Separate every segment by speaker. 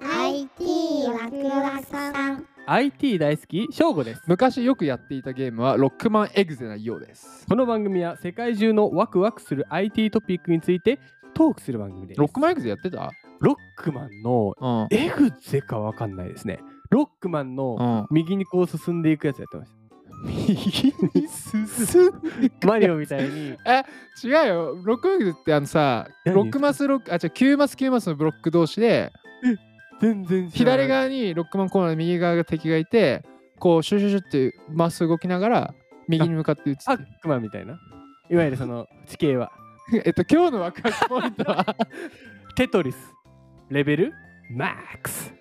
Speaker 1: IT ワクワクさん
Speaker 2: IT 大好き翔吾です
Speaker 3: 昔よくやっていたゲームはロックマンエグゼなようです
Speaker 2: この番組は世界中のワクワクする IT トピックについてトークする番組です
Speaker 3: ロックマンエグゼやってた
Speaker 2: ロックマンの
Speaker 3: うん
Speaker 2: エグゼかわかんないですねロックマンの
Speaker 3: うん
Speaker 2: 右にこう進んでいくやつやってまし
Speaker 3: 右に進む
Speaker 2: たマリオみたいに
Speaker 3: 違うよロックマンエグゼってあのさ
Speaker 2: 何
Speaker 3: 6マス6あ違う9マス9マスのブロック同士で
Speaker 2: 全然知らない
Speaker 3: 左側にロックマンコーナーの右側が敵がいてこうシュシュシュってマス動きながら右に向かって打つ
Speaker 2: パックマンみたいないわゆるその地形は
Speaker 3: えっと今日のワクワクポイント は
Speaker 2: テトリスレベルマックス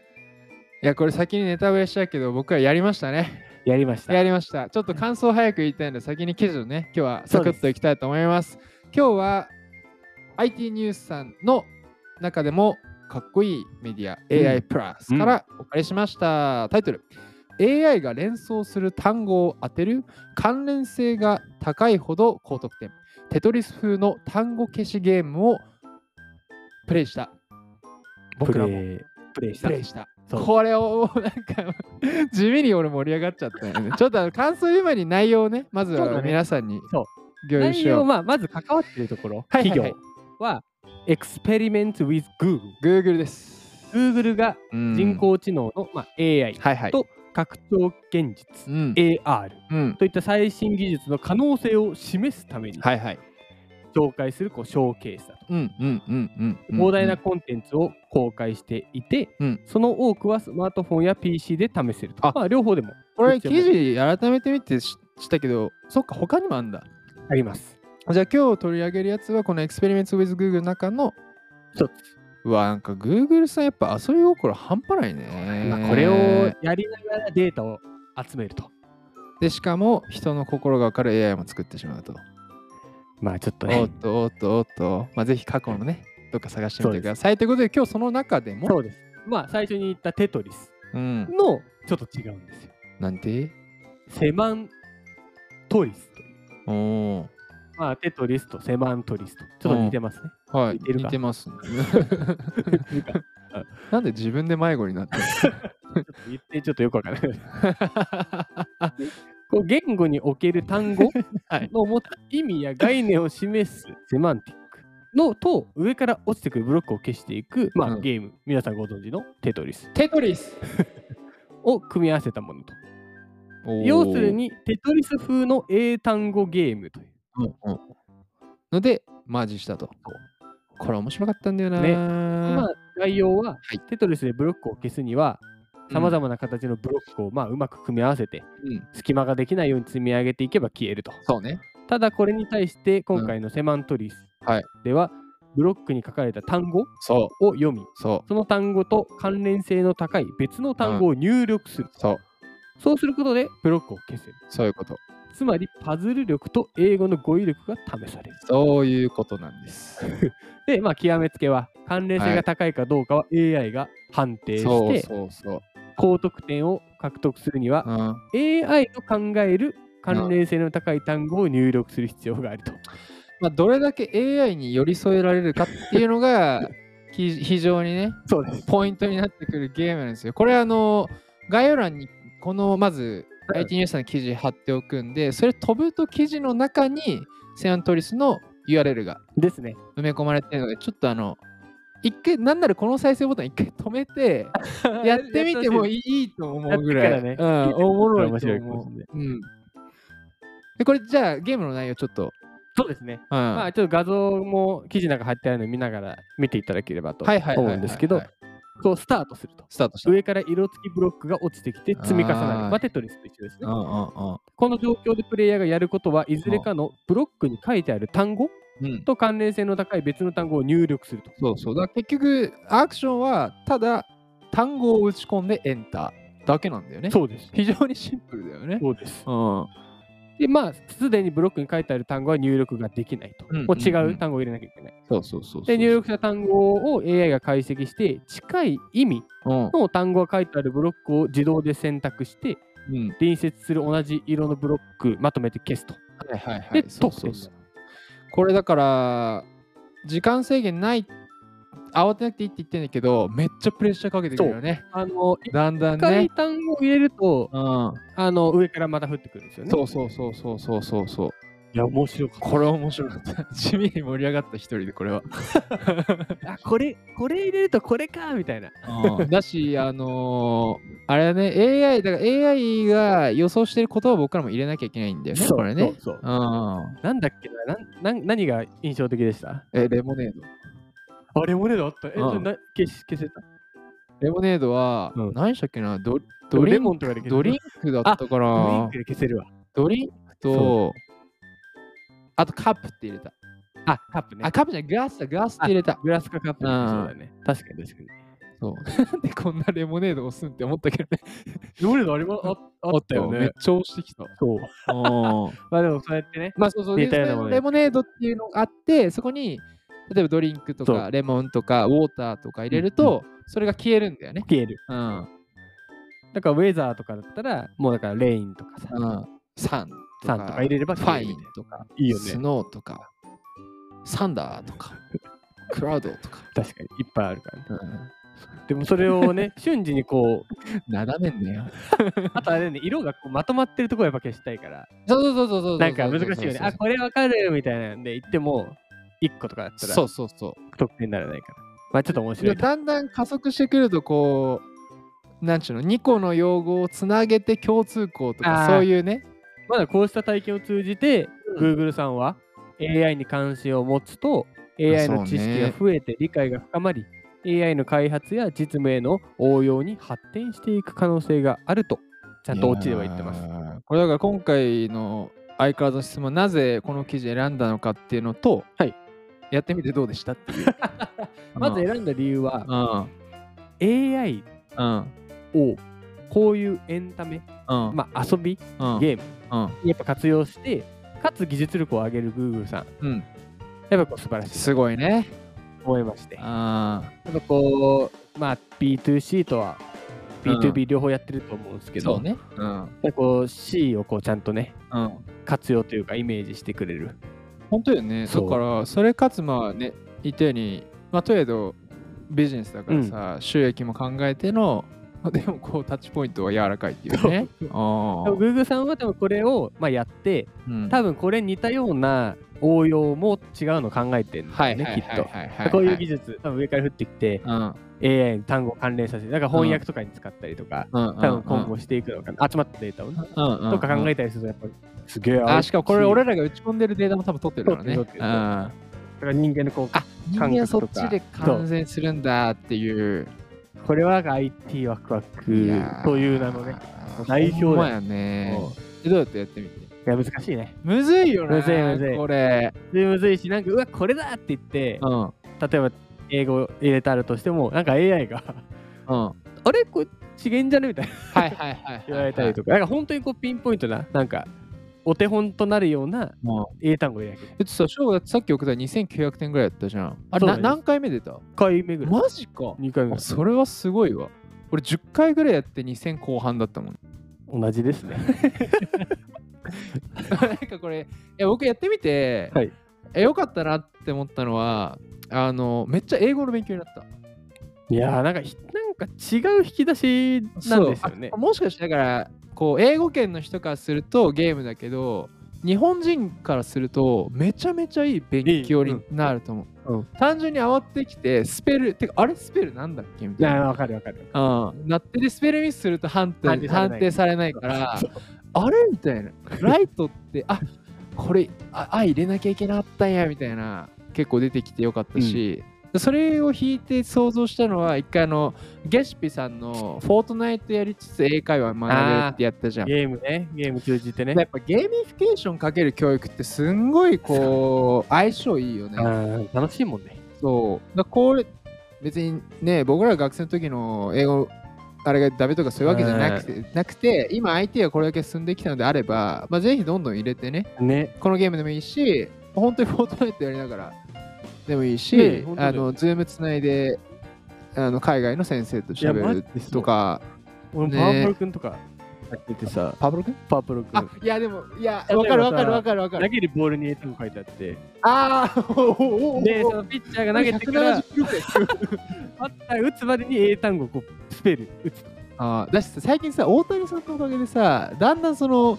Speaker 3: いやこれ先にネタバレしちゃうけど僕はやりましたね
Speaker 2: やりました
Speaker 3: やりました。ちょっと感想を早く言いたいので、先に記事をね、今日はサクッといきたいと思います。今日は IT ニュースさんの中でもかっこいいメディア、
Speaker 2: ん
Speaker 3: AI プラスからお借りしました。タイトル AI が連想する単語を当てる関連性が高いほど高得点。テトリス風の単語消しゲームをプレイした。僕ら
Speaker 2: プ
Speaker 3: も
Speaker 2: レイプレイし
Speaker 3: プ
Speaker 2: た
Speaker 3: レイした。
Speaker 2: そう
Speaker 3: これをもうなんか地味に俺盛り上がっちゃったよ ね。ちょっとあの感想言う前に内容をね、まず
Speaker 2: そう
Speaker 3: は
Speaker 2: だね
Speaker 3: 皆さんに
Speaker 2: そう
Speaker 3: 共有し
Speaker 2: 内容
Speaker 3: よう。
Speaker 2: まあまず関わってるところ、
Speaker 3: はいはいはい
Speaker 2: 企業はエクスペリメント with Google
Speaker 3: Google です。
Speaker 2: Google が
Speaker 3: うん
Speaker 2: 人工知能の、まあ、AI
Speaker 3: はいはい。
Speaker 2: と拡張現実、
Speaker 3: うん。
Speaker 2: AR
Speaker 3: うん。
Speaker 2: といった最新技術の可能性を示すために
Speaker 3: はいはい。
Speaker 2: 紹介するこうショーケースだと、
Speaker 3: うんうんうんうんうん。
Speaker 2: 膨大なコンテンツを公開していて、
Speaker 3: うん
Speaker 2: その多くはスマートフォンや PC で試せると
Speaker 3: あ
Speaker 2: まあ、両方でも
Speaker 3: これ記事改めて見てし知ったけど、そっか、他にもあんだ。
Speaker 2: あります
Speaker 3: じゃあ今日取り上げるやつはこの Experiments with Google の中の
Speaker 2: 一つ
Speaker 3: うわ、なんか Google さんやっぱ遊び心半端ないね。
Speaker 2: まあこれをやりながらデータを集めると
Speaker 3: で、しかも人の心がわかる AI も作ってしまうと。
Speaker 2: まあちょっと
Speaker 3: お
Speaker 2: ね
Speaker 3: っとおっとおっと、まあ、ぜひ過去のね、どっか探してみてください。ということで、今日その中でも、
Speaker 2: そうですまあ最初に言ったテトリス
Speaker 3: うん、
Speaker 2: のちょっと違うんですよ。
Speaker 3: なんて
Speaker 2: セマントリスという。
Speaker 3: おお
Speaker 2: まあ、テトリスとセマントリスと。ちょっと似てますね。
Speaker 3: ー、はい、
Speaker 2: 似てるか
Speaker 3: 似てます。
Speaker 2: なんかちょ
Speaker 3: なんで自分で迷子になってる
Speaker 2: っと言ってちょっとよくわからない。 こう言語における単語
Speaker 3: はい
Speaker 2: の持つ意味や概念を示すセマンティックのと上から落ちてくるブロックを消していく、まあ
Speaker 3: うん
Speaker 2: ゲーム、皆さんご存知の テトリス
Speaker 3: テトリス
Speaker 2: を組み合わせたものと。要する、にテトリス風の英単語ゲームという。
Speaker 3: おーうんうんので、マージしたと。これ面白かったんだよな。
Speaker 2: ねま
Speaker 3: ま
Speaker 2: あ、概要は、
Speaker 3: い
Speaker 2: テトリスでブロックを消すには
Speaker 3: うん
Speaker 2: さまざまな形のブロックを、まあ、うまく組み合わせて
Speaker 3: うん、
Speaker 2: 隙間ができないように積み上げていけば消えると
Speaker 3: そうね。
Speaker 2: ただこれに対して今回のセマントリス
Speaker 3: はい
Speaker 2: では、ブロックに書かれた単語
Speaker 3: そう、
Speaker 2: を読み
Speaker 3: そ
Speaker 2: その単語と関連性の高い別の単語を入力する、
Speaker 3: う、そう、
Speaker 2: そうすることでブロックを消せる
Speaker 3: そういうこと。
Speaker 2: つまりパズル力と英語の語彙力が試される
Speaker 3: そういうことなんです。
Speaker 2: でまあ極めつけは関連性が高いかどうかは AI が判定して、
Speaker 3: そうそうそう。
Speaker 2: 高得点を獲得するには、
Speaker 3: うん
Speaker 2: AI の考える関連性の高い単語を入力する必要があると。
Speaker 3: まあ、どれだけ AI に寄り添えられるかっていうのが ひ非常にね
Speaker 2: そうです。
Speaker 3: ポイントになってくるゲームなんですよ。これあの概要欄にこのまず
Speaker 2: はい
Speaker 3: IT ニュースさんの記事貼っておくんでそれ飛ぶと記事の中にセアントリスの URL が
Speaker 2: です ね。
Speaker 3: 埋め込まれてるのでちょっとあの一回なんならこの再生ボタン一回止めてやってみても
Speaker 2: い。
Speaker 3: いいと思うぐら
Speaker 2: やっ
Speaker 3: い、
Speaker 2: て
Speaker 3: う
Speaker 2: か
Speaker 3: ん、おもろ
Speaker 2: 面
Speaker 3: いと
Speaker 2: 白いかも
Speaker 3: 思。
Speaker 2: しれないう
Speaker 3: うん、でこれじゃあゲームの内容ちょっと、
Speaker 2: そうですね。
Speaker 3: うん
Speaker 2: まあちょっと画像も記事なんか貼ってあるの見ながら見ていただければと
Speaker 3: はいはいはいはい
Speaker 2: 思うんですけど、こうスタートすると。
Speaker 3: スタートした。
Speaker 2: 上から色付きブロックが落ちてきて積み重な
Speaker 3: あー
Speaker 2: る。まあテトリスと一緒ですね
Speaker 3: う。んうんうん
Speaker 2: この状況でプレイヤーがやることはいずれかのブロックに書いてある単語
Speaker 3: うん、
Speaker 2: と関連性の高い別の単語を入力すると。
Speaker 3: そうそう。だから結局、アクションはただ単語を打ち込んでエンターだけなんだよね。
Speaker 2: そうです。
Speaker 3: 非常にシンプルだよね。
Speaker 2: そうです。
Speaker 3: うん。
Speaker 2: でまあすでにブロックに書いてある単語は入力ができないと、
Speaker 3: うん
Speaker 2: もう違
Speaker 3: んう
Speaker 2: うんう単語を入れなきゃいけない、
Speaker 3: そうそうそうそう。
Speaker 2: で入力した単語を AI が解析して近い意味
Speaker 3: うん。
Speaker 2: の単語が書いてあるブロックを自動で選択して
Speaker 3: うん。
Speaker 2: 隣接する同じ色のブロックまとめて消すと
Speaker 3: はいはいは
Speaker 2: で
Speaker 3: い。そう
Speaker 2: 得
Speaker 3: そう
Speaker 2: 点
Speaker 3: そう。これだから、時間制限ない慌てなくていいって言ってんだけど、めっちゃプレッシャーかけてくるよね。
Speaker 2: あの、
Speaker 3: だん
Speaker 2: 一
Speaker 3: だん
Speaker 2: 回
Speaker 3: ね。
Speaker 2: 単語を入れると、
Speaker 3: うん。
Speaker 2: あの、上からまた降ってくるんですよね。
Speaker 3: そうそうそうそうそうそうそう。
Speaker 2: いや、面白か
Speaker 3: これ面白かった。地味に盛り上がった一人でこれは。
Speaker 2: った。あ、これ、これ入れるとこれか、みたいな。
Speaker 3: だし、あのーあれはね、AI、だから AI が予想してることは僕らも入れなきゃいけないんだよね、これね。
Speaker 2: そうそう
Speaker 3: うん。
Speaker 2: なんだっけななんなん、何が印象的でした
Speaker 3: え、レモネード。
Speaker 2: あれもねだった。え、
Speaker 3: うん
Speaker 2: それな消し消せた
Speaker 3: レモネードは、
Speaker 2: うん
Speaker 3: 何したっけな、ド
Speaker 2: で
Speaker 3: ド
Speaker 2: も
Speaker 3: リ
Speaker 2: レ
Speaker 3: ン
Speaker 2: モ
Speaker 3: ク
Speaker 2: ンとかで消せる
Speaker 3: ドリンクだったか
Speaker 2: ドリン
Speaker 3: ら
Speaker 2: ク、で消せるわ。
Speaker 3: ドリンクと
Speaker 2: そ、
Speaker 3: あとカップって入れた。
Speaker 2: あ、カップね
Speaker 3: あ、。カップじゃない、グラスだ、グラスって入れた。
Speaker 2: グラスかカップね
Speaker 3: うん
Speaker 2: そうだね。確かに確かに。
Speaker 3: そう。 なんでこんなレモネード押すんって思ったけどね。
Speaker 2: どれだあれもああったよ
Speaker 3: めっ
Speaker 2: ね。
Speaker 3: ちゃ押してきた。
Speaker 2: そう。
Speaker 3: うん
Speaker 2: まあでもそうやってね。
Speaker 3: まあそうそうで
Speaker 2: 似たような
Speaker 3: そ
Speaker 2: も
Speaker 3: の
Speaker 2: ので
Speaker 3: レモネードっていうのがあって、そこに例えばドリンクと
Speaker 2: そ
Speaker 3: かレモンとかウォーターとか入れると、それが消えるんだよね。
Speaker 2: 消える。
Speaker 3: うん。うん。
Speaker 2: だからウェザーとかだったら、もうだからレインとかさ、
Speaker 3: サンと
Speaker 2: サ
Speaker 3: か
Speaker 2: ンとか入れれば
Speaker 3: フ
Speaker 2: 消
Speaker 3: ァ
Speaker 2: える
Speaker 3: イ
Speaker 2: み
Speaker 3: ン
Speaker 2: たい
Speaker 3: とか、
Speaker 2: いいよ
Speaker 3: ス
Speaker 2: ね。
Speaker 3: ノーとか、サンダーとか、クラウドとか。
Speaker 2: 確かにいっぱいあるからね。
Speaker 3: うん
Speaker 2: でもそれを ね、瞬時にこう、
Speaker 3: 斜めんだよ。
Speaker 2: あとあれだよね、色がこうまとまってるところやっぱ消したいから、
Speaker 3: そうそうそうそうそうそうそうそう。
Speaker 2: なんか難しいよね。あ、これわかるみたいなんで言っても、1個とかだったら
Speaker 3: そうそうそう。
Speaker 2: 得点にならないから。まあちょっと面白いな。
Speaker 3: だんだん加速してくるとこうなんちゅうの2個の用語をつなげて共通項と
Speaker 2: あ
Speaker 3: か
Speaker 2: ー
Speaker 3: そういうね
Speaker 2: まだこうした体験を通じて、Google さんは AI に関心を持つと、AI
Speaker 3: そう
Speaker 2: の
Speaker 3: ね
Speaker 2: 知識が増えて理解が深まり、AI の開発や実務への応用に発展していく可能性があると、ちゃんとオチでは言ってます
Speaker 3: い。やーこれだから今回の相変わらずの質問なぜこの記事選んだのかっていうのと、
Speaker 2: はい
Speaker 3: やってみてどうでした っていう
Speaker 2: まず選んだ理由は、
Speaker 3: うん
Speaker 2: AI
Speaker 3: うん
Speaker 2: をこういうエンタメ、
Speaker 3: うん
Speaker 2: まあ、遊び、
Speaker 3: うん
Speaker 2: ゲーム
Speaker 3: うん
Speaker 2: にやっぱ活用して、かつ技術力を上げる Google さん、
Speaker 3: うん
Speaker 2: やっぱこう素晴らしい
Speaker 3: すごいね
Speaker 2: と思いまして、や
Speaker 3: あ
Speaker 2: っぱこう、まあ、B2C とは
Speaker 3: うん
Speaker 2: B2B 両方やってると思うんですけ
Speaker 3: ー
Speaker 2: ど、
Speaker 3: そうねうん
Speaker 2: なんかこう C をこうちゃんとね、
Speaker 3: うん
Speaker 2: 活用というかイメージしてくれる。
Speaker 3: 本当よね
Speaker 2: そ
Speaker 3: だ
Speaker 2: う
Speaker 3: からそれかつまあね言ったようにまあとりあえずビジネスだからさ、収益も考えての まあでもこうタッチポイントは柔らかいっていう ねあ
Speaker 2: でも
Speaker 3: ー
Speaker 2: Google さんは多分これをまあやって、
Speaker 3: うん
Speaker 2: 多分これに似たような応用も違うの考えてるん
Speaker 3: は
Speaker 2: だ
Speaker 3: い
Speaker 2: よね、
Speaker 3: はい
Speaker 2: き
Speaker 3: は
Speaker 2: っ
Speaker 3: い
Speaker 2: と。
Speaker 3: はいはい
Speaker 2: こういう技術、多分上から降ってきて、
Speaker 3: うん、
Speaker 2: AI に単語を関連させて、だから翻訳とかに使ったりとか、
Speaker 3: うんうん
Speaker 2: 多分今後していくのかな、集まったデータをね、
Speaker 3: うんうんうん
Speaker 2: とか考えたりすると、やっぱりすげえ合う
Speaker 3: あしかもこれ俺らが打ち込んでるデータも多分取ってるからね。
Speaker 2: 取ってる取ってる
Speaker 3: あ
Speaker 2: だから人間のこ
Speaker 3: あ人
Speaker 2: 感
Speaker 3: 間
Speaker 2: 覚
Speaker 3: そ
Speaker 2: と
Speaker 3: っ
Speaker 2: か
Speaker 3: ちで完全するんだっていう。
Speaker 2: う、これはなんか IT ワクワ
Speaker 3: い
Speaker 2: ク
Speaker 3: やー
Speaker 2: という名のね、。代表だよ
Speaker 3: ほんまやね。えどうやってやってみて
Speaker 2: いや難しいね。
Speaker 3: むずいよね。
Speaker 2: むずいむずい
Speaker 3: これ。
Speaker 2: でむずいし、なんか、うわ、これだって言って、
Speaker 3: うん。うん。
Speaker 2: 例えば英語入れてあるとしても、なんか AI が、
Speaker 3: は
Speaker 2: あれこれ資源じゃねみたいない
Speaker 3: はいはいはい。
Speaker 2: 言われたりとか、なんか本当にこうピンポイントな、なんかお手本となるような
Speaker 3: うん
Speaker 2: 英単語でやる。
Speaker 3: えっとさ、翔吾だってさっき送った2900点ぐらいやったじゃん。あれ
Speaker 2: そう
Speaker 3: な
Speaker 2: です
Speaker 3: 何回目出た
Speaker 2: 1回目ぐらい。
Speaker 3: マジか
Speaker 2: 2回目ぐ
Speaker 3: あ
Speaker 2: ら
Speaker 3: それはすごいわ。俺10回ぐらいやって2000後半だったもん。
Speaker 2: い。同じですね。
Speaker 3: なんかこれ、いや僕やってみて、
Speaker 2: はい
Speaker 3: え、よかったなって思ったのは、あの、めっちゃ英語の勉強になった。
Speaker 2: いやーなんかひ、なんか違う引き出しなんですよね
Speaker 3: あ。もしかしてだから、こう、英語圏の人からするとゲームだけど、日本人からするとめちゃめちゃいい勉強になると思う。
Speaker 2: いいうん
Speaker 3: 単純に慌ててきて、スペル、てか、あれスペルなんだっけみ
Speaker 2: い
Speaker 3: たい
Speaker 2: や
Speaker 3: な。
Speaker 2: わかるわかる。
Speaker 3: うん、なってでスペルミスすると判定
Speaker 2: 判定されない
Speaker 3: 判定されないから
Speaker 2: そう
Speaker 3: あれみたいなライトってあこれああ入れなきゃいけなかったんやみたいな結構出てきてよかったし、それを引いて想像したのは一回あのゲシピさんの「フォートナイト」やりつつ英会話学べるってやったじゃん。
Speaker 2: ゲームね、ゲーム通じてね。
Speaker 3: やっぱゲーミフィケーションかける教育ってすんごいこう相性いいよね。
Speaker 2: うん楽しいもんね。
Speaker 3: そう。だこれ、別にね、僕らが学生の時の英語、あれがダメとかそういうわけじゃなくて、なくて今 IT がこれだけ進んできたのであれば、まあ、ぜひどんどん入れてね、
Speaker 2: ね。
Speaker 3: このゲームでもいいし、本当にフォートナイトやりながらでもいいし、
Speaker 2: ねえ本当だ
Speaker 3: あ
Speaker 2: よ
Speaker 3: の、ズームつないで、あの海外の先生と
Speaker 2: いやマ
Speaker 3: 喋
Speaker 2: ジ
Speaker 3: る
Speaker 2: でそう
Speaker 3: とか、
Speaker 2: 俺も
Speaker 3: ね
Speaker 2: パワープロ君とかさっててさ、
Speaker 3: パブロ君
Speaker 2: パープル君
Speaker 3: あ、いやでも、いや、
Speaker 2: 例えばさ
Speaker 3: わかるわかるわかるわか
Speaker 2: 投
Speaker 3: る。
Speaker 2: げるボールに絵とか書いてあって、
Speaker 3: ああ、おーおーおー
Speaker 2: で、そのピッチャーが投げてから、
Speaker 3: 170キロくらい
Speaker 2: バッター打つまでに英単語をこうスペル打つ。
Speaker 3: あーだしさ最近さ、大谷さんのおかげでさ、だんだんその、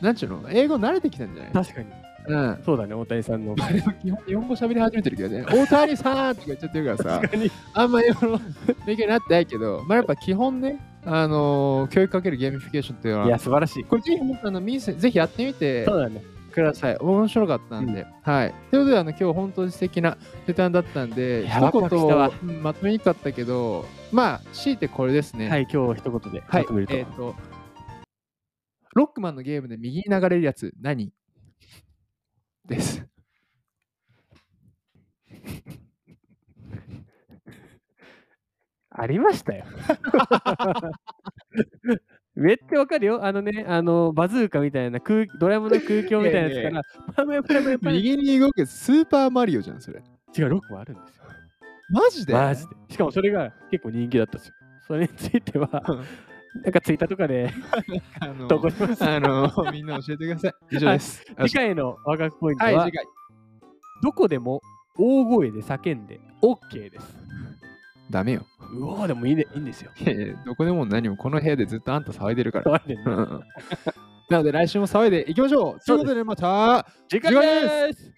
Speaker 3: なんちゅうの、英語慣れてきたんじゃない
Speaker 2: 確かに。
Speaker 3: うん。
Speaker 2: そうだね、大谷さん の。
Speaker 3: あれは基本日本語喋り始めてるけど ね、大谷さんとか言っちゃってるからさ、
Speaker 2: 確かに。
Speaker 3: あんま英語の勉強になってないけど、まあやっぱ基本ね、あのー教育かけるゲーミフィケーションっていうの
Speaker 2: いや、
Speaker 3: は、
Speaker 2: 素晴らしい。
Speaker 3: これぜひ皆さんあのミースぜひやってみて
Speaker 2: そうだね。
Speaker 3: ください。面白かったんで。はい。ということで、あの今日本当に素敵なネタだったんで、
Speaker 2: いやワクワクしたわ
Speaker 3: 一言うんまとめにくかったけど、まあ、強いてこれですね。。
Speaker 2: はいい、今日一言で
Speaker 3: は
Speaker 2: ま
Speaker 3: い
Speaker 2: とめると。
Speaker 3: えっ、と、ロックマンのゲームで右に流れるやつ、何 です。
Speaker 2: ありましたよ。 めっちゃわかるよ。あのね、あのバズーカみたいな空ドラ えもんの空境みたいなやつから、パムパムパム
Speaker 3: 右に動くスーパーマリオじゃん、それ。
Speaker 2: 違う、ロックもあるんですよ。
Speaker 3: マジで
Speaker 2: マジで。しかもそれが結構人気だったんですよ。それについては、
Speaker 3: うん
Speaker 2: なんかツイッターとかで
Speaker 3: あの
Speaker 2: 投稿します。
Speaker 3: あの、みんな教えてくだ さい。以上です。
Speaker 2: 次回のワクワクポイント
Speaker 3: は
Speaker 2: は、
Speaker 3: い、次回。
Speaker 2: どこでも大声で叫んで OK です。
Speaker 3: ダメよ。
Speaker 2: うおーでもいい,、ね、いいんですよ。
Speaker 3: いやいやどこでも何も、この部屋でずっとあんた騒いでるから。
Speaker 2: そうです
Speaker 3: うんなので来週も騒いでいきましょう。ということでまた
Speaker 2: 時間です